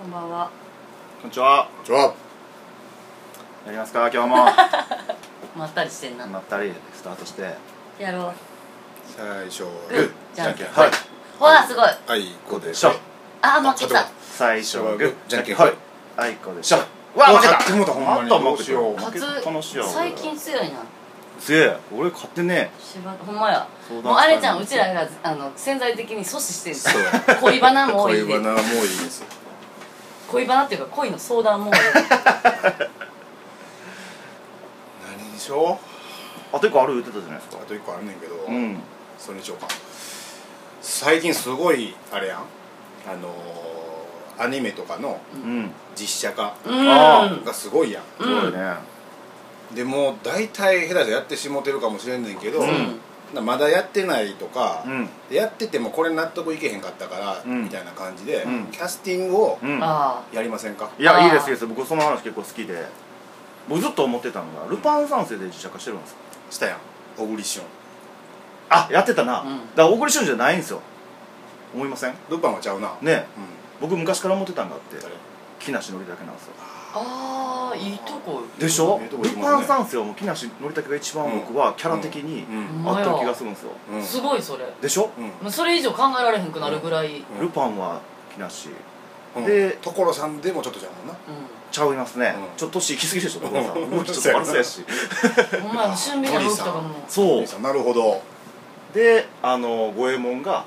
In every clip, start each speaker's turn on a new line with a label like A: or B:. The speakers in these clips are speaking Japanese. A: こんばんは。
B: こんにちは
C: じゃあ
B: やりますか今日 も
A: まったりしてんな。
B: まったりスタートして
A: やろう。
C: 最初は
A: グー
C: グ
A: じゃんけん。
B: はい
A: ほらすごい。
C: ーはいこうで
B: しょ
A: あー負けた。
B: 最初はグー
C: じゃんけん
B: はいあいこでしょ
C: あ
B: わ負けた
C: 勝手もだほんまに
B: あんた負け
C: どう
B: た
C: しよう
B: 負け
A: 勝つ
B: たのしや
A: 最近強いな。
B: すげえ俺勝ってね
A: 芝ほんまや。
B: 相談
A: もうあれじゃん。う
B: した
A: ちら
B: い
A: があの潜在的に阻止してる。
C: そう
A: 恋バナも多い
C: 恋
A: で
C: バナもういいです
A: 恋バナっていうか恋の相談も多い。
C: 何にしよ
B: あと一個ある言ってたじゃないです
C: う
B: か
C: あと一個あんねんけど
B: うん
C: それにしようか最近すごいあれやんあのーアニメとかの
B: うん
C: 実写化
A: う
B: あ
A: ーん。
C: がすごいやん
B: すごいね
C: でもう大体下手したらやってしもてるかもしれんねんけど、
B: ん
C: まだやってないとか、
B: うん
C: やっててもこれ納得いけへんかったから、
B: うん
C: みたいな感じで、
B: うん
C: キャスティングを
B: うん
A: あ
C: やりませんか、
B: い
A: あー
B: やいいですいいです僕その話結構好きで僕ずっと思ってたのがルパン三世で実写化してるんですか
C: したやん小栗旬
B: あやってたな、
A: うん
B: だから大栗旬じゃないんですよ思いません
C: ルパンはちゃうな、
B: ね
C: う
B: 僕昔から思ってたんがあって
C: ん誰
B: 木梨憲武なんですよ
A: あ。ああいいとこ。
B: でしょ、
C: ええとこ
B: ル
C: 行きます
B: パ
C: ね
B: ン三世はもう木梨憲武が一番僕はキャラ的に
C: うん
B: 合ってる気がするんですよ、
C: うん
A: すごいそれ。も
B: でしょ、
C: うん
A: うそれ以上考えられへんくなるぐらい。うん。
C: うん
B: ルパンは木梨
C: うん
B: で
C: 所さんでもちょっとちゃうもんな
B: ちゃいますね、
C: うん
B: ちょっと年行き過ぎでしょ所さん
C: うん
B: もうちょっとバランスやし
A: ほんまや俊敏な動きとかも。
B: そう
C: 小栗さんなるほど
B: であの五右衛門が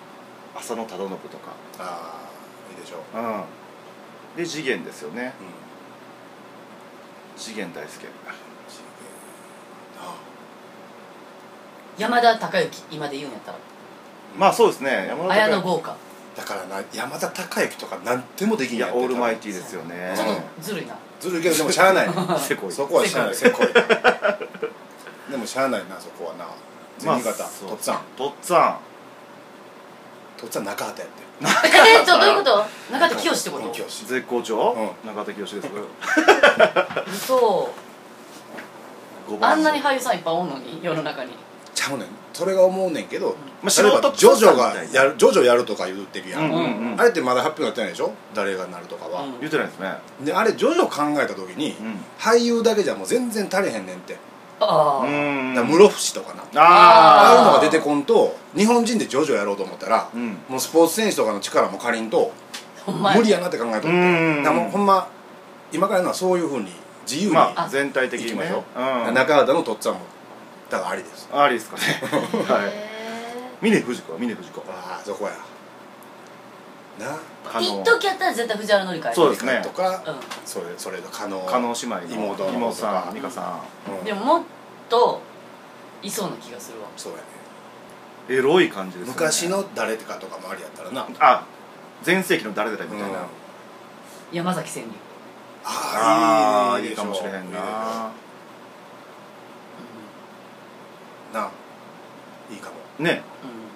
B: 浅野忠信とか
C: ああいいでしょう、
B: うんで次元ですよね
C: うん
B: 次元大輔
A: 山田孝之今で言うんやったら。
B: まあそうですね山田
A: 綾
B: 孝
A: 野
B: 之
A: 豪華。
C: だからな山田孝之とかなんでもできん
B: い
C: や
B: やオールマイ
C: ィ
B: ティーですよね
A: ちょっとずるいな。
C: ずるいけどでもしゃ あない
B: せこい
C: そこはしゃあないせこ いなでもしゃあないなそこはな
B: まあ
C: 銭形
B: そう
C: とっつぁん
B: とっつぁん
C: とっつぁん中畑やって
A: えちょどういうこと中田清ってこ
C: うん
A: と
C: 清志
B: 絶好調、
C: う
B: 中田清ですけど
A: 嘘
B: 五番
A: あんなに俳優さんいっぱいおんのに世の中に
C: ちゃうねんそれが思うねんけど
B: まあ
C: 例え
B: 素人
C: ば
B: っぽ
C: ジョジ
B: さ
C: ョ
B: み
C: が
B: たいな
C: やるジョジョやるとか言ってるや
B: うん
C: ん
B: うんうん
C: あれってまだ発表になってないでしょ誰がなるとかは
A: うん
B: 言ってないですね
C: であれジョジョ考えた時に
B: うん
C: 俳優だけじゃもう全然足りへんねんって
A: ああ、
B: うん
C: だから室伏とかなああいうの
B: あ
C: が出てこんと日本人でジョジョやろうと思ったら
B: うん
C: もうスポーツ選手とかの力も借りんと
A: ほんまや
C: 無理やなって考えとって
B: うん
C: だからもうほんま今からやるのはそういうふうに自由に、
B: ま
A: あ
B: あ全体的に
C: 行きま
B: ね
C: しょう
B: うん
C: 中畑のとっつぁんもだからありです
B: ありですかね はい
A: へ
B: 峰不二子は峰不二子
C: ああそこやな
A: え
B: あ
A: 一時やったら絶対藤原紀香
B: そうですね
C: とか、
A: うん
C: それそれと加納
B: 加納姉妹の
C: 妹の
B: 妹さん美
C: と
B: 香
C: か
B: さ
C: うん
A: でももっといそうな気がするわ
C: そうやね
B: んエロい感じですよね
C: 昔の誰かとかもありやったらな、うん、
B: あ全盛期の誰々みたいな
C: あ
A: 山崎千里
B: あ
C: あ
B: ー
C: いい
B: いいかもしれへん
C: でょ
B: な
C: ないいかも
B: ね
A: うん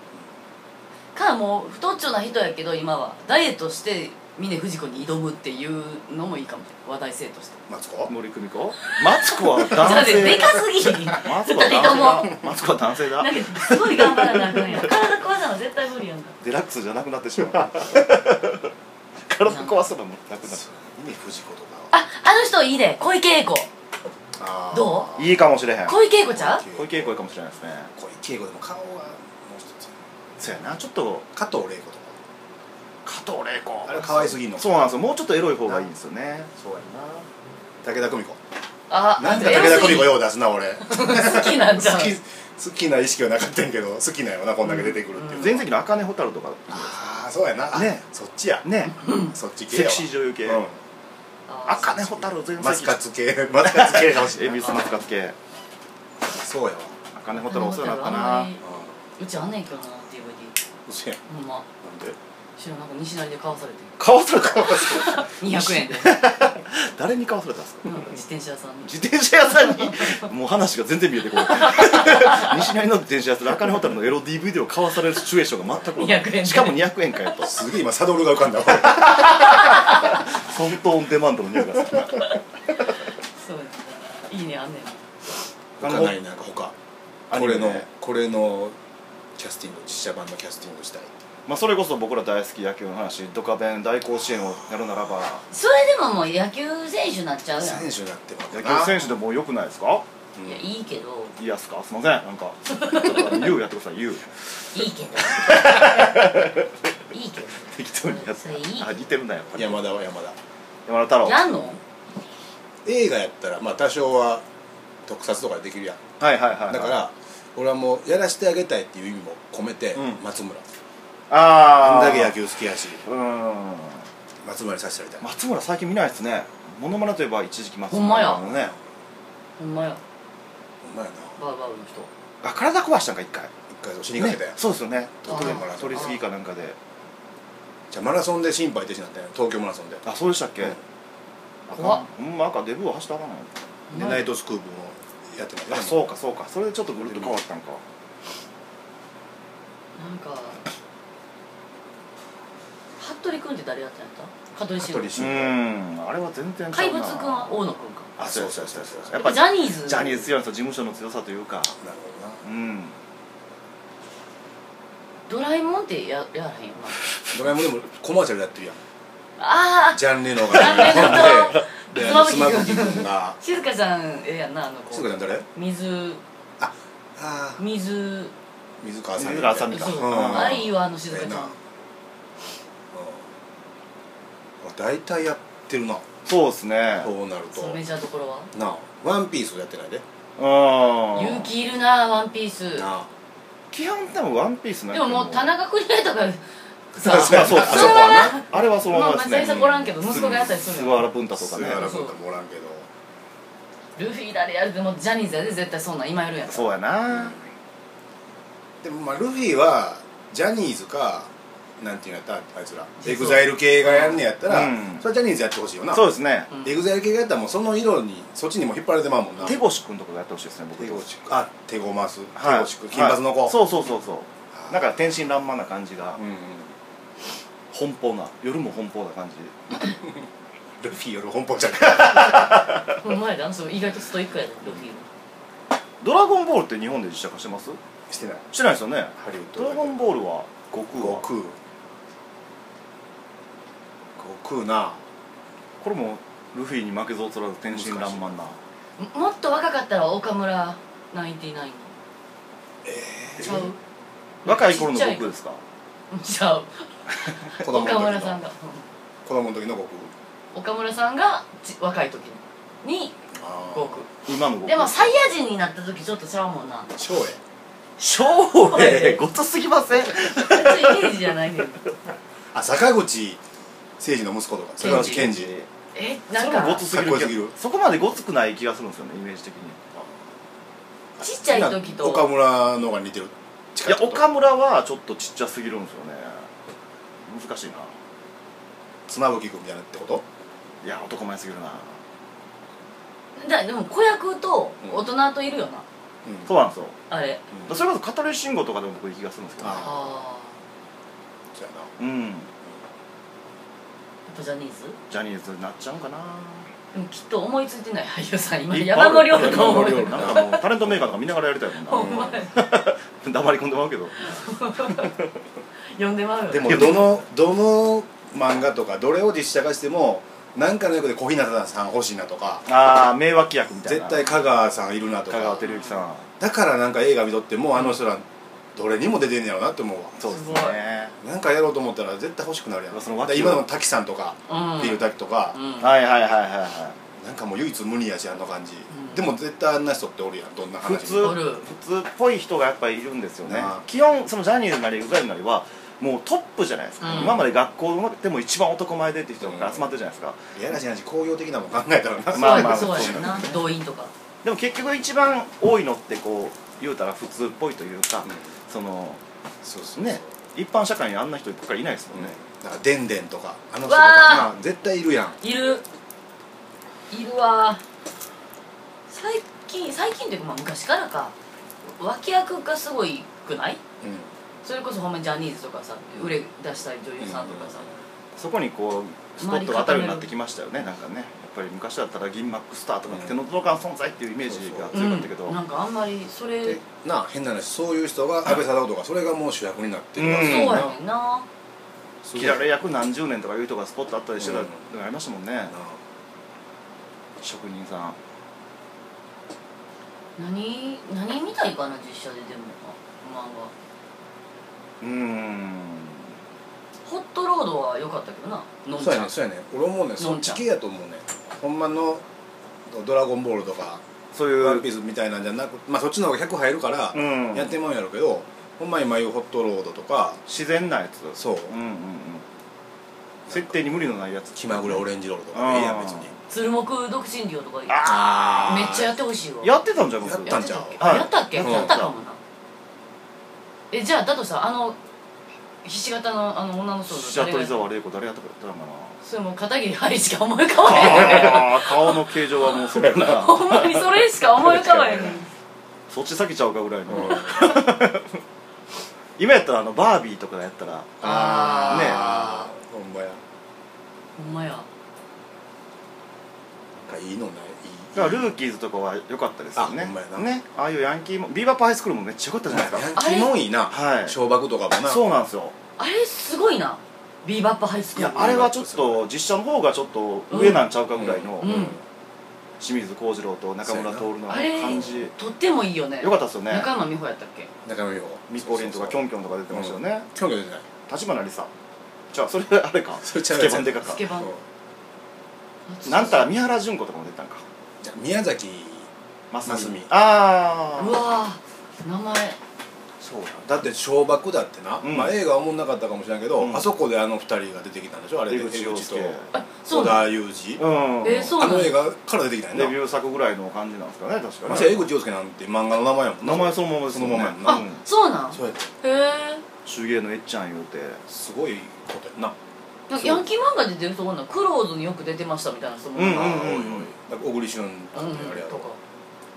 A: かもう太っちょな人やけど今はダイエットして峰不二子に挑むっていうのもいいかも話題性として
C: マツコ
B: 森久美子マツコは
A: だ
B: 男
A: ってで
B: 性
A: かす ぎなんか
B: マツコは男性
A: 二
B: だマツコは男性だ
A: すごい頑張らなあかんやん体壊さな絶対無理やんか
B: デラックスじゃなくなってし まう体壊せばもうなくなる
C: 意味藤子とか
A: ああの人いいね小池栄子
C: あー
A: ど
B: いいかもしれへん
A: 小池栄子ちゃう
B: 小池栄子いいかもしれないですね
C: 小池栄子でも顔はもう一つ
B: そうやなちょっと
C: 加藤玲子とか
B: 加藤玲子
C: あれ可愛すぎんの
B: そうなんですよもうちょっとエロい方がいいんですよね
C: そうやな武田久美子
A: あ
C: なんか
A: エ
C: 武
A: ロ
C: 田久
A: す
C: 美
A: ぎ
C: 子よう出すな俺
A: 好きなん じゃん
C: 好き好きな意識はなかったんやけど好きなんやろなこんだけ出てくるっていう、
A: うん
B: 前世紀の茜蛍とか
C: ああそうやな、
B: ね
C: そっちや、
B: ね
C: そっち系
B: セク
C: やわ
B: シー女優系
C: うん
A: あー
B: 茜蛍前世紀
C: マスカツ系 マスカツ系かもし
B: 恵
C: れな
B: 比
C: い
B: 寿マスカツ系
C: そうやわ
B: 茜蛍お世話になった
A: あんま
B: な
A: りうちあんねんけどな DVD
C: うそや
A: ほんま
C: なんで
A: 知らんなんか西成で買わされて
B: 買わされたの
A: 200円で、
B: 誰に買わされたんですか
A: うん自転車屋さんに
B: 自転車屋さんにもう話が全然見えてこ ない西成の自転車屋さんで茜蛍のエロ DVD を買わされるシチュエーションが全く同じ
A: 200円で
B: しかも200円かよと
C: すげえ今サドルが浮かんだわ
B: ソフトオンデマンドの匂いがする
A: そうやったいいねあんねん
C: 他ないなんか他
B: アニ
C: こ
B: メ
C: れ
B: ね
C: のこれのキャスティング実写版のキャスティングしたい
B: まあ、それこそ僕ら大好き野球の話ドカベン大甲子園をやるならば
A: それでももう野球選手になっちゃうやん
C: 選手になって
B: 野
C: ば
B: 球選手でもよくないですか
A: いやいいけど
B: いやっすかすいませんなんかちょっと言うやってください言
A: い
B: う
A: いけどいいけど
B: 適当にやっ
A: それいい
B: あ似てるなやっぱり
C: 山田は山田
B: 山田太郎
A: やんの
C: 映画やったらまあ多少は特撮とかできるやん
B: はいはいはいはい
C: だから俺はもうやらしてあげたいっていう意味も込めて
B: うん
C: 松村
B: あ
C: あ
B: あ
C: んだけ野球好きやし
B: うん
C: 松村にさせてやりたい
B: 松村最近見ないですねモノマネといえば一時期松
A: ほんま
B: 村
A: や
B: のね
A: ほんまや
C: ほんまやな
A: バウバウの人
B: あ体壊したんか一回
C: 一回死にかけたやん
B: ねそうですよ
A: あ
B: ね取り
A: ー
B: 取りすぎかなんかで
C: じゃあマラソンで心肺停止になったよ東京マラソンで
B: あそうでしたっけ
C: うん
B: あ
A: 怖っ
B: ほんま赤デブは走ったらあかんない
A: ほん
C: で
A: まや
C: ナイトスクープもやってた
B: あそうかそうかそれでちょっとぐるっと変わったんか
A: なんか服部君って誰やったんやった服部慎
C: 服
A: 吾
C: 部
B: う
C: 慎
B: ーんあれは全然ちゃ
A: 怪
B: うな
A: 物君は大野君か
B: あそうそう
C: そうそう
B: や
A: や
B: っ
A: っ
B: ぱ
A: ぱ
B: ジ
A: ジ
B: ャ
A: ャニーズ
B: ニーズ強いんですよ事務所の強さというか
C: なるほどな
B: うん
A: ドラえもんってややらへんよな
C: ドラえもんでもコマーシャルやってるやん
A: ああ
C: ジャン・レノが
A: ジャンレノと
C: でで
A: 妻夫木
C: 妻夫木君 が
A: 静香ちゃんええやんなあの子
C: すぐちゃん誰
A: 水
C: ああ
A: 水
C: 水川さん
B: 水川あさみか
A: そう
B: うん
A: あれいいわあの静
C: え
A: 香
C: え
A: ち
C: な
A: ゃ
C: うん
A: ん
C: あ大体やってるな
B: そうですね
C: そうなると
A: そうメジャーどころは
C: なあワンピースやってないで
B: うん
A: 勇気いるなワンピース
C: なあ
B: 基本多分ワンピースなん
A: で
B: て
A: ももう田中邦衛とか
B: まあ
A: さ
B: そうですね
A: それはな
B: あれはそのままです
A: まあ松
B: ね
A: 井さんおらんけど息子がやったりするの
B: 菅原文太とかね
C: 菅原君ともおらんけど
A: ルフィ誰やるでもジャニーズやで絶対そんなん今やるやん
B: そうやな
C: でもまあルフィはジャニーズかなんていうんやったあいつらエグザイル系がやんねやったら、
B: うん
C: それはジャニーズやってほしいよな
B: そうですね
A: うん
C: エグザイル系がやったらもうその色にそっちにも引っ張られてまうもんな
B: 手越くんとかがやってほしいですね僕
C: 手越あ手ごます、
B: はい
C: 手越くん金髪の子、
B: はいそうそうそうそうだから
C: 手
B: 天真爛漫な感じが
C: うんうん
B: 奔放な夜も奔放な感じ
C: ルフィより奔放じゃない
A: この前であの人意外とストイックやでルフィ
B: ドラゴンボールって日本で実写化してます
C: してない
B: してないですよね
C: ハリウッド
B: ドラゴンボールは悟空
C: 悟
B: は
C: 空悟空な
B: これもルフィに負けず劣らず天真爛漫な
A: ももっと若かったら岡村99のちゃう
B: 若い頃の
A: ちっちゃ
B: 悟空ですか
A: ちゃう
C: 子供の時
A: 岡
C: の
A: 村さんが
C: 子供の時の悟
A: う
C: 空
A: ん岡村さんがち若い時に
C: あ
A: 悟空
B: 今の悟
A: で
B: 空
A: もサイヤ人になった時ちょっとちゃうもんな
C: 空翔英
B: 昭英ごとすぎません
A: ちょっとイメージじゃないねん
C: あ坂口誠二の息子とか坂口
A: 賢
C: 健二
A: えな
B: そ
A: ん
B: れもご
A: か
B: つ
A: ち
B: すぎる
C: かっこよすぎ
B: けど
C: る
B: そこまでごつくない気がするんですよねイメージ的に
A: っちゃい時と
C: 岡村のが似てる
B: いや岡村はちょっとちっちゃすぎるんですよね難しいな
C: 妻夫木君みたいなってこと
B: いや男前すぎるな
A: だでも子役と大人といるよな
C: うん
B: そうなんですよ
A: あれ
C: うん
B: それこそ香取慎吾とかでも僕いい気がするんですけどね
C: あ
A: あ
C: そうや
B: う
C: な
B: ん
A: あやっぱジャニーズ
B: ジャニーズになっちゃうんかな
A: でもきっと思いついてない俳優さん今
B: いっぱいあ
A: 山
B: る
A: の量とか
C: 山
A: 思
C: の
A: う
C: 量
A: よな
C: な
B: なんかもうタレントメーカーとか見ながらやりたいもん
A: ほ
B: な
A: ま
B: ん
A: や
B: 黙り込んでまうけど
A: 呼んでまうよ
C: でもどのどの漫画とかどれを実写化しても何かの役で小日向さん欲しいなとか
B: ああ名脇役みたい
C: 絶
B: な
C: 対香川さんいるなと
B: 香川
C: か
B: 照之さん
C: だからなんか映画見とってもあの人らどれにも出てんねやろなって思うわ
B: そうです
A: すご
B: ね
C: なんかやろうと思ったら絶対欲しくなるやん
B: その脇を
C: だから今の滝さんとか
A: うん
C: っていう滝とか
A: うん
B: はいはいはいはいはい
C: なんかもう唯一無二やしあの感じ
A: ん
C: でも絶対あんな人っておるやんどんな話
B: 普通
C: も
A: ある
B: 普通っぽい人がやっぱりいるんですよね
C: なあ
B: 基本そのジャニーズなり EXILE なりはもうトップじゃないですか、
A: うん
B: 今まで学校でも一番男前でっていう人が集まってるじゃないですか、
C: いやらしい話工業的なもん考えたらな
B: まあま あ
A: そうやねん
B: そう
A: な動員とか
B: でも結局一番多いのってこう言うたら普通っぽいというか、
C: うん
B: その
C: そうです
B: ね一般社会にあんな人いっぱいいないですもんね、
C: だからでんでんとかあの人と
A: うわ
C: かな絶対いるやん
A: いるいるわ最近最近というかまあ昔からか脇役がすごいくない
C: うん
A: それこそほんまにジャニーズとかさ売れ出した女優さんとかさ、
B: そこにこうスポットが当たるようになってきましたよねなんかねやっぱり昔だったら銀幕スターとか手の届かん存在っていうイメージが強かったけど、
A: うん、なんかあんまりそれ、
C: でなあ変な話そういう人が安倍貞夫とかそれがもう主役になってるわ
B: う
C: け
A: そう
B: ん
C: やな
A: やねんな
C: すごい
B: 切られ役何十年とかいう人がスポットあったりしてた
C: うん
B: のがありましたもんね、
C: なあ
B: 職人さん
A: 何何見たいかな実写ででも漫画
B: うーん
A: ホットロードは良かったけどなのんち
C: そう
A: ゃ
C: や
A: ん
C: ねそうやね俺もねそっち系やと思うねほんまの「ドラゴンボール」とか
B: そう
C: 「
B: いう
C: ワンピース」みたいなんじゃなくまあそっちの方が100入るから
B: うん
C: やってまうんやろうけど、ほんま今言うホットロードとか
B: 自然なやつ
C: そう
B: うんうんうん設定に無理のないやつ
C: 気まぐれオレンジロールと
B: あ
C: か
B: ー
C: いいやん別に
A: 鶴木独身寮とかめっちゃ
C: あー
A: やってほしいわ
B: やってたんじゃん僕
C: やっ
A: や
C: た
A: っ
C: ん
A: て
C: ち
A: た
C: ゃ
A: っ
C: う
A: け
B: はい
A: やったっけ
C: うん
A: やったかもなえじゃあだとさあのひし形のあの女の人の
B: 白
A: 誰
B: 鳥
A: が
B: 沢玲子誰やったかドラマな
A: それもう片桐はいしか思い浮かばへん
B: あー顔の形状はもうそれやな
A: ほんまにそれしか思い浮かばへんねん
B: そっち先ちゃうかぐらいの、
C: うん
B: 今やったらあのバービーとかやったら
A: あ
C: ねほんまや
A: ほんまや
C: なんかいいのない
B: だからルーキーズとかは良かったですよね
C: あほんまやな
B: ねああいうヤンキーもビーバップハイスクールもめっちゃ良かったじゃないです
C: ヤン
B: か
C: キーもいいな
B: はい
C: 小爆とかもな
B: そうなんですよ
A: あれすごいなビーバップハイス
B: い
A: クー
B: や
A: ル
B: あれはちょっと実写の方がちょっと上なんちゃうかぐらいの
A: うんうん
B: 清水幸次郎と中村徹の
A: あれ
B: 感じ
A: とってもいいよね
B: 良かったですよね
A: 中山美穂やったっけ
C: 中身を
B: ミコリンとかキョンキョンとか出てましたよね
C: キョンキョンじゃない
B: 立花梨沙じゃあそれあれか
C: それ
B: ス
C: ちゃう
B: ケバンデカか
A: スケバン
C: そう
B: なんたら三原淳子とかも出てたんか
C: じゃあ宮崎
B: マスミ
C: マスミ
B: ああ
A: うわー名前
B: そうだ
C: だって小爆だってな、
B: うん
C: まあ、映画はおもんなかったかもしれんけど、
B: うん
C: あそこであの二人が出てきたんでしょあれ
B: 出
C: で
B: 口洋介
C: と
A: あそう
C: 織
A: なの
C: 田裕二、
B: うん
A: えーそう
C: あ
A: なの
C: の映画から出てきたん
B: デ
C: や
B: ビ
C: な
B: ュー作ぐらいの感じなんですかね確か
C: ま
B: に
C: して江口洋介なんて漫画の名前やもんな
B: 名前そのままですもんね
C: そのままやんな
A: あそうなん
C: そうやって
A: へえ
B: 手芸のえっちゃん言うて
C: すごいことやんな
A: なんかヤンキー漫画で出る人おんなクローズによく出てましたみたいな人も
B: うん
A: な
B: うん
C: おいおいだから小栗旬なんて
A: うん
C: あれや
A: と
C: ろ、
A: か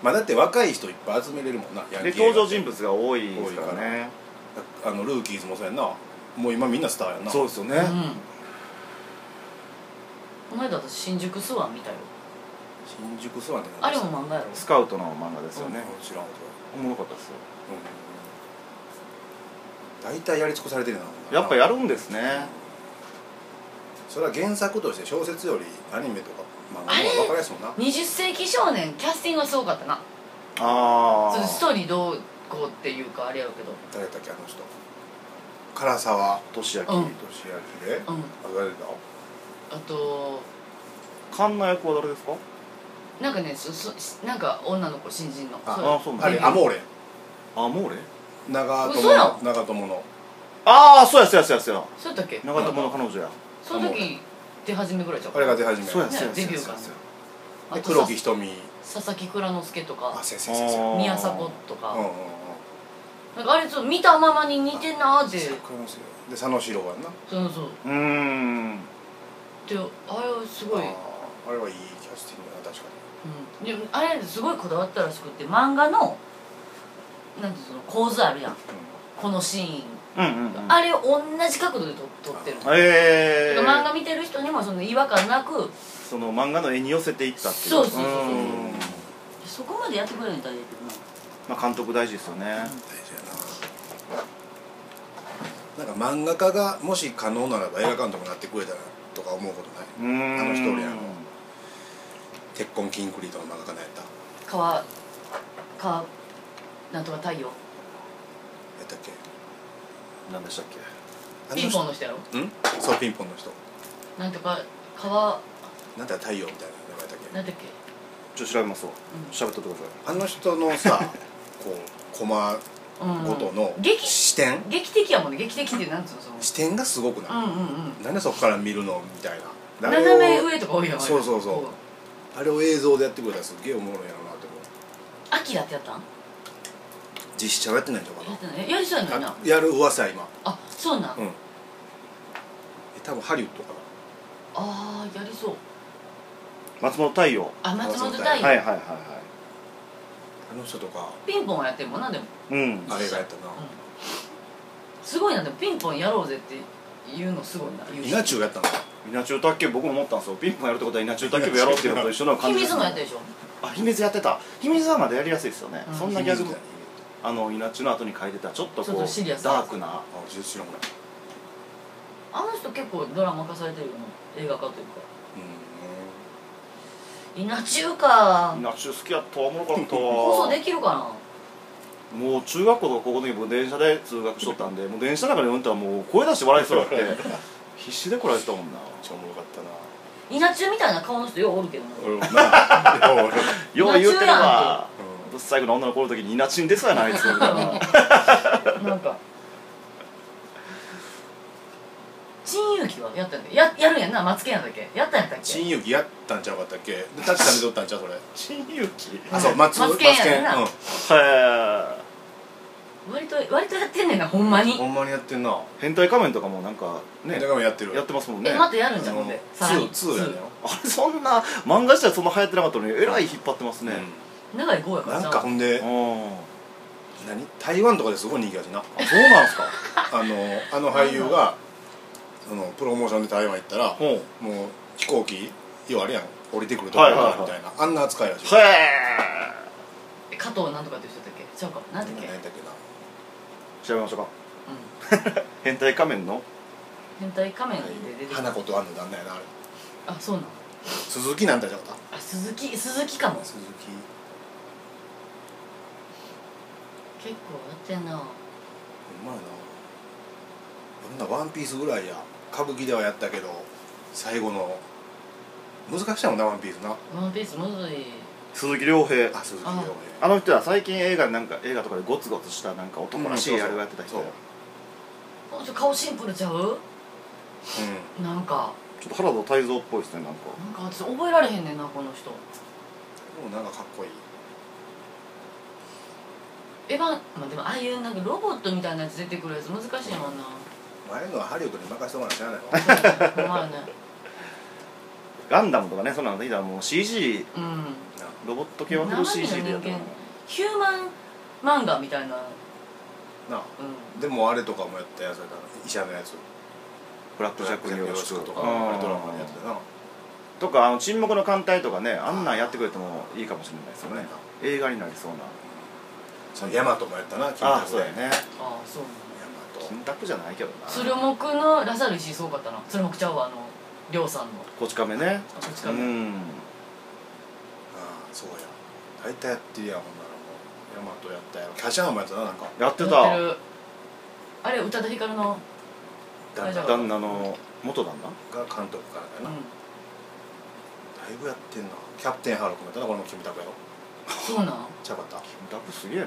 C: まあ、だって若い人いっぱい集めれるもんなヤンキー
B: で
C: 映画
B: 登場人物が多いですから
C: 多いか
B: ね
C: あのルーキーズもそうやんなもう今みんなスターやんな
B: そうですよね
A: うんこの間私新宿スワン見たよ
C: 新宿スワンって
A: あれも
C: も
A: 漫画やろ
B: スカウトの漫画ですよね
C: 知らんわそ
B: お
C: れ
B: もろかったですよ
C: うん大体やり尽くされてるな
B: やっぱやるんですね
C: それは原作として小説よりアニメとか漫画
A: あれ
C: の方が分かりやすいもんな
A: 20世紀少年キャスティングがすごかったな
B: あ
A: そのスト
B: あ
A: ーリーどうこうっていうかあれやろうけど
C: 誰だったっけあの人唐沢
B: 年明
A: うん
C: 俊明で、あ
A: うん
C: 誰だ
A: あと
B: 神奈役は誰ですか
A: なんかねそそなんか女の子新人の
C: あ
B: あそうなん
C: あれアモーレ
B: アモーレ
C: 長
A: 嘘
C: 友
A: や
C: の
A: ん
C: 長友の
B: ああそうやそうやそうやそうや
A: そうやったっけ
B: 長友の彼女や
A: その時出始めぐらいじゃん
C: あれが出始め
B: そうや
A: ね
B: そうやそう
A: デビ
B: や
A: ュー
B: そう
A: かな
B: や
C: で
A: あと
C: 黒
A: さ
C: 木瞳
A: 佐々木蔵之介と
C: あ
A: か
C: 先生先生
B: あー
A: 宮迫と
C: うんうん
A: か
C: うん
A: なんかあれちょっと見たままに似てんなーって
C: 桜のせいで佐野史郎やんな
A: そうそう
B: うーん
A: であれはすごい、う
C: あーあれはいいキャスティングだな確か
A: ん、であれすごいこだわったらしくって漫画のなんていうの構図あるやん
C: に、うん
A: このシーン、
B: うんうんうん
A: あれを同じ角度で撮撮ってるの
B: ええ
A: 漫画見てる人にもその違和感なく
B: その漫画の絵に寄せていったっていう
A: そうそうそうそう
B: ーん
A: そこまでやってくれるんだよ
B: まあ監督大事ですよね
C: 大事やななんか漫画家がもし可能ならば映画監督になってくれたらとか思うことないう
B: ーん
C: あの人俺やの鉄痕キンクリートの漫画家なんやったや
A: 川川なんとか太陽
C: ったっけ
B: 何でしたっけ
C: あの
A: ピン
C: 人
A: ポンの人やろ
C: うんそうピンポンの人
A: なんとか川
C: なんだ太陽みたいな名前やったっ
A: なん
C: け
A: だっけ
B: ちょっと調べますわ
A: うん
B: 喋っとってください
C: あの人のさこうコマ
A: うん
C: ごとの
A: 劇
C: 視点
A: 劇的やもんね劇的ってなんつうのその
C: 視点がすごく
A: うん
C: な
A: うん
C: いなんでそこから見るのみたい
A: うん
C: な
A: 斜め上とか多いやん
C: そうそうそうあれを映像でやってくれたらすっげえおもろいやろうなって思う
A: アキラってやったん
C: 実写はやってないんちゃうか
A: や
C: な
A: ってないやりそうやのにな
C: あやる噂や今
A: あそうなん、
C: う
A: あ
C: んえ多分ハリウッドかな
A: あーやりそう
B: 松本太陽
A: あ松本太
C: は
A: 陽、
B: はいはいはいは
C: あの人とか
A: ピンポンはやってるもんなでも
B: いうん
C: あれがやったな
A: すごいなでもピンポンやろうぜって言うのすごいな言う人
C: 稲中やったの
B: 稲中卓球部僕も思ったんですよピンポンやるってことは稲中卓球部やろうっていうのと一緒の
A: 秘
B: 感じ
A: 密もやってるでしょ
B: あ秘密やってた秘密はまだやりやすいですよね、
A: うん
B: そんなギャグもあの稲中の後に書いてたちょっとこ
A: ちょっ
B: う
A: とシリアスな
B: ダークな
C: あ10知らんかった
A: あの人結構ドラマ化されてるよな映画化というか
C: う
A: 稲中か
B: 稲中好きやったおもろかった
A: 放送
B: わ
A: できるか
B: もう中学校とか高校の時僕電車で通学しとったんでもう電車の中で運転はもう声出して笑いそうやって 必死でこられてたもんな
C: 超おもろかったな
A: な稲中みたいな顔の人ようおるけどな
C: 俺もなよう俺も
B: よう言うてれば
C: うん
B: ぶっ最後の女の子の時に稲中に出そうやなあいつみた いな
A: なんか陳勇気はやったんだっけややるんやんなマツケンやったっけやったんやったっけ
C: 陳勇気やったんちゃうかったっけタッチ食べとったんちゃうそれ
B: 新勇気
C: あそう松
A: マツケンやねんな
C: マツ
B: へえ
A: 割と割とやってんねんなほんまに
C: ケンうんほんまにやってんな
B: 変態仮面とかもなんかね
C: だからもやってる
B: やってますもんね
A: えまたやるんじゃんほん
C: ね
A: でさらに
C: ツーやねん
B: あれそんな漫画自体そんな流行ってなかったのにえらい引っ張ってますね
A: 長い5やから
C: なん
A: じゃ
C: かほんで
B: うん
C: 何台湾とかですごい人気やしな
B: あそうなん ですか
C: あのあの俳優がそのプロモーションで台湾行ったら
B: ほうへ
C: もう飛行機要はあれやん降りてくるとこ
B: は
C: ろ
B: いはい
C: が
B: はい
C: みたいなあんな扱いやし
B: え
A: あ加藤なんとかっていう人やったっけちゃうかなんだっ
C: 何
A: け、
C: や
A: うん
C: っ、たっ
B: 調べましょうか変態仮面の
A: 変態仮面で出て
C: けな
A: きた、
C: 花子とあんの旦那やなあれ
A: あそうなの
C: 鈴木なんだじゃなかっ
A: あ鈴木鈴木かも
C: た
A: 結
C: 鈴木
A: 構やってんな
C: うまいなあんなワンピースぐらいや歌舞伎ではやったけど最後の難しいもんなワンピースな
A: ワンピースむずい
B: 鈴木亮平
C: あ鈴木
A: あ
C: 亮平
B: あの人は最近映画なんか映画とかでゴツゴツしたなんか男らし
C: う
B: い
C: んそ
B: あ
C: うそう
B: れをやってた人
C: そ
B: や
C: う
A: この人顔シンプルちゃうなんか
B: ちょっと原田泰造っぽいですねなんか
A: なんか私覚えられへんねんなこの人
C: うんでもなんかかっこいい
A: エヴァン、まあ、でもああいうなんかロボットみたいなやつ出てくるやつ難しいもんな
C: 前のはハリウッドに任せてもらってゃあないわ
A: ほんまやね
B: ガンダムとかねそんなのできたらもう CG
A: うん
B: ロボット系はフル CG でやっ
A: 生身
B: てる
A: の人ヒューマン漫画みたいな、
C: なあ
A: う
C: でもあれとかもやったやつやから医者のやつ
B: ブラックジャックによろしく
C: と
B: と
C: か
B: か
C: あれドラマでやってたな
B: とかあの沈黙の艦隊とかねあんなんやってくれてもいいかもしれないですよね映画になりそうな
C: そのヤマトもやったな金
B: あ
C: 額
B: そうだよね
A: ん、ああそうな
C: ヤマト
B: 金卓じゃないけど
A: の
B: な
A: 鶴木のラサール石井すごかったな鶴木ちゃうわあの亮さんの
B: こち亀ね
A: あこっち
B: う
A: か
B: ん
C: ああそうや大体やってるやんほんならもうヤマトやったやろキャシャーもやったななんか
B: やって
A: やって
B: た
A: るあれ宇多田ヒカルの
C: 旦那
A: 大丈
C: が
B: 旦那の元旦那
C: 監督からだ
A: う
C: よな、だ
A: ん
C: いぶやってんなキャプテンハルクもやったなこれもキムタクやろ
A: そうなん
C: ちゃうかった
B: 金卓すげえな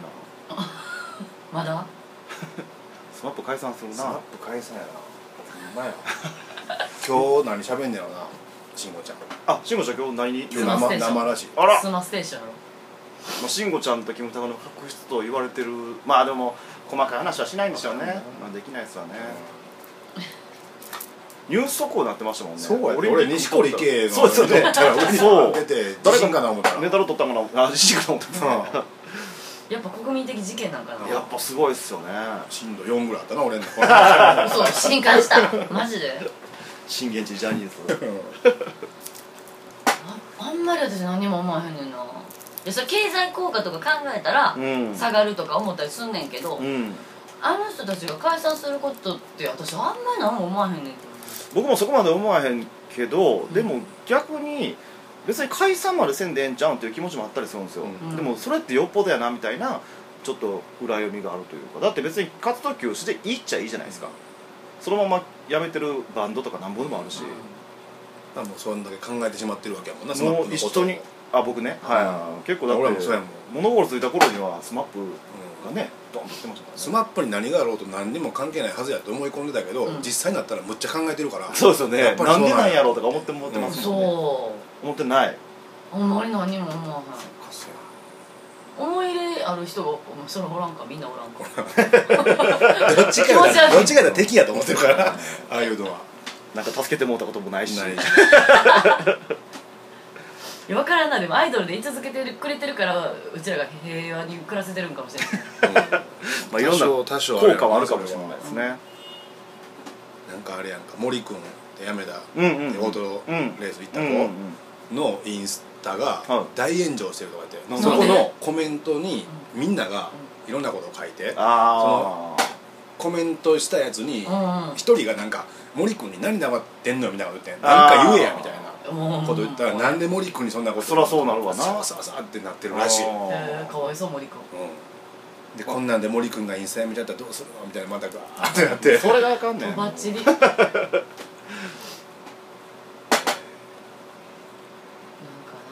A: まだ
B: スマップ解散する
C: スナッ
B: な
C: プ解散やなほんまや今日何喋んねやろな慎吾ちゃん
B: あ慎吾ちゃん今日何に
A: スマス
C: 生
A: テーション
C: 生らしい
B: あら
A: スマステーションやろ
B: まあ慎吾ちゃんとキムタクの確執と言われてるまあでも細かい話はしないんでしょうねまあできないですわねニュース速報になってましたもんね
C: そうや
B: オリ
C: ね
B: ン
C: 俺
B: ピック
C: 錦織圭の
B: そうですよね
C: そ
B: そうう
C: 出て自信かな思ったら
B: メダル取ったもんなあ自信かな思ってた
C: うん
A: やっぱ国民的事件なんかな
B: やっぱすごいっすよね
C: 震度4ぐらいあったな俺のこれ
A: そう震撼したマジで
B: 震源地ジャニー ズ
A: ああんまり私何も思わへんねんないやそれ経済効果とか考えたら
B: うん
A: 下がるとか思ったりすんねんけど、
B: うん
A: あの人たちが解散することって私あんまり何も思わへんねんけど
B: 僕もそこまで思わへんけどでも逆に別に解散までせんでええんちゃうんっていう気持ちもあったりするんですよ、
C: うん
B: でもそれってよっぽどやなみたいなちょっと裏読みがあるというかだって別に活動休止でいいっちゃいいじゃないですかそのまま辞めてるバンドとかなんぼでもあるし、
C: うんもうそんだけ考えてしまってるわけやもんな
B: もう一緒にあ僕ね、はい結構だって
C: 俺もそうやもん
B: 物心ついた頃にはスマップがねドンと来てましたからね
C: スマップに何があろうと何にも関係ないはずやと思い込んでたけど、
A: うん
C: 実際になったらむっちゃ考えてるから
B: そうですよね
C: やっぱりそ
B: な
C: う
B: で
C: んなんや
B: なんやろうとか思ってもってますもんね、
A: そ
B: 思ってないう
A: あんまり何も思わへ
C: おかしい
A: ん思い入れある人がお前それおらんかみんなおらんか
C: などっちか
A: 気持ち悪
C: が
A: い
C: どっちかが敵やと思ってるからああいうのは
B: なんか助けてもらったこと もないし
C: ない
A: いや分からんなでもアイドルで居続けてるくれてるからうちらが平和に暮らせてるんかもしれない
B: まあ、いろんな
C: 多少
B: 効
C: 多少あれやな
B: 果はあるかもしれないですね、
C: なんかあれやんか森君ってやめた
B: うんうんうん
C: でオートレース行った
B: うんうんうん
C: 子のインスタが
B: は
C: 大炎上してるとか言って、
B: なんで
C: そこのコメントにみんながいろんなことを書いて
B: ああ
C: コメントしたやつに
A: うん
C: 一人がなんか「森君に何黙ってんの?」みたいなこと言って「なんか言えや」みたいな
A: うん
C: こと言ったら「なんで森君にそんなこと?」
B: そらそうなるわな
C: さわさわさわってなってるらしい、うん、
A: えー、かわいそう森君
C: でこんなんで森君がインスタやめちゃったらどうするのみたいなまたガーってなって
B: それがあかんね
A: と
B: ん
A: ばっちりなんかな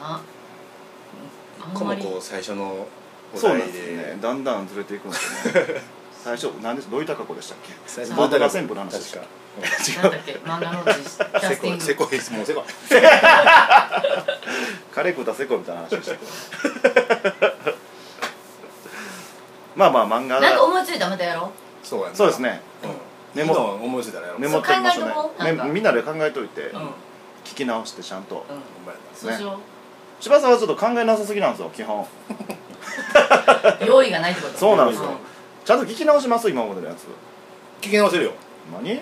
A: あ
C: こ
A: んま
C: の
A: り
C: 子最初のお
B: そう
C: 題
B: なんで
C: です
B: ねだんだんずれていくんですよね最初何でどういった過去でしたっけ
C: 最初
A: 漫
B: 画が全部の話でした
C: 確か
A: なんだっけ漫画の実施キャ
C: セ
A: スティン
C: コ
A: グ
C: セコいもうセコい
B: カレー食うたせこみたいな話でしたけどまあまあ漫画
A: なんか思いついたらまたやろ
C: そうやんな
B: そうですね
C: うん
B: メ
C: メ
B: モ
C: モ思いついたらやろう
B: メモってみましょ
A: そう考え
B: う
A: とこう
B: ね
A: なんか
B: ねみんなで考えといて、
A: ううんうん
B: 聞き直してちゃんと、
C: ほんまやな
A: そうしよ
B: 柴田さんはちょっと考えなさすぎなんですよ基本
A: う用意がないってこと
B: そうなんですよ
A: ん
B: ちゃんと聞き直します今までのやつ
C: 聞き直せるよ
B: 何
C: うん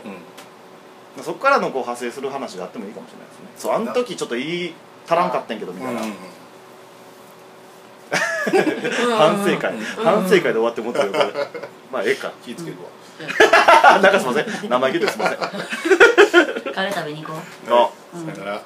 B: そこからのこう派生する話があってもいいかもしれないですねそうあの時ちょっと言い足らんかったんやけどみたいな、
C: う
A: う
C: ん
A: んうん
B: 反省会、
C: うん
B: 反省会で終わってもっとよこれまあええか
C: 気ぃつけるわ
B: あなんかすいません名前聞いてすいませんあ
A: カレー食べに行こう
C: さよなら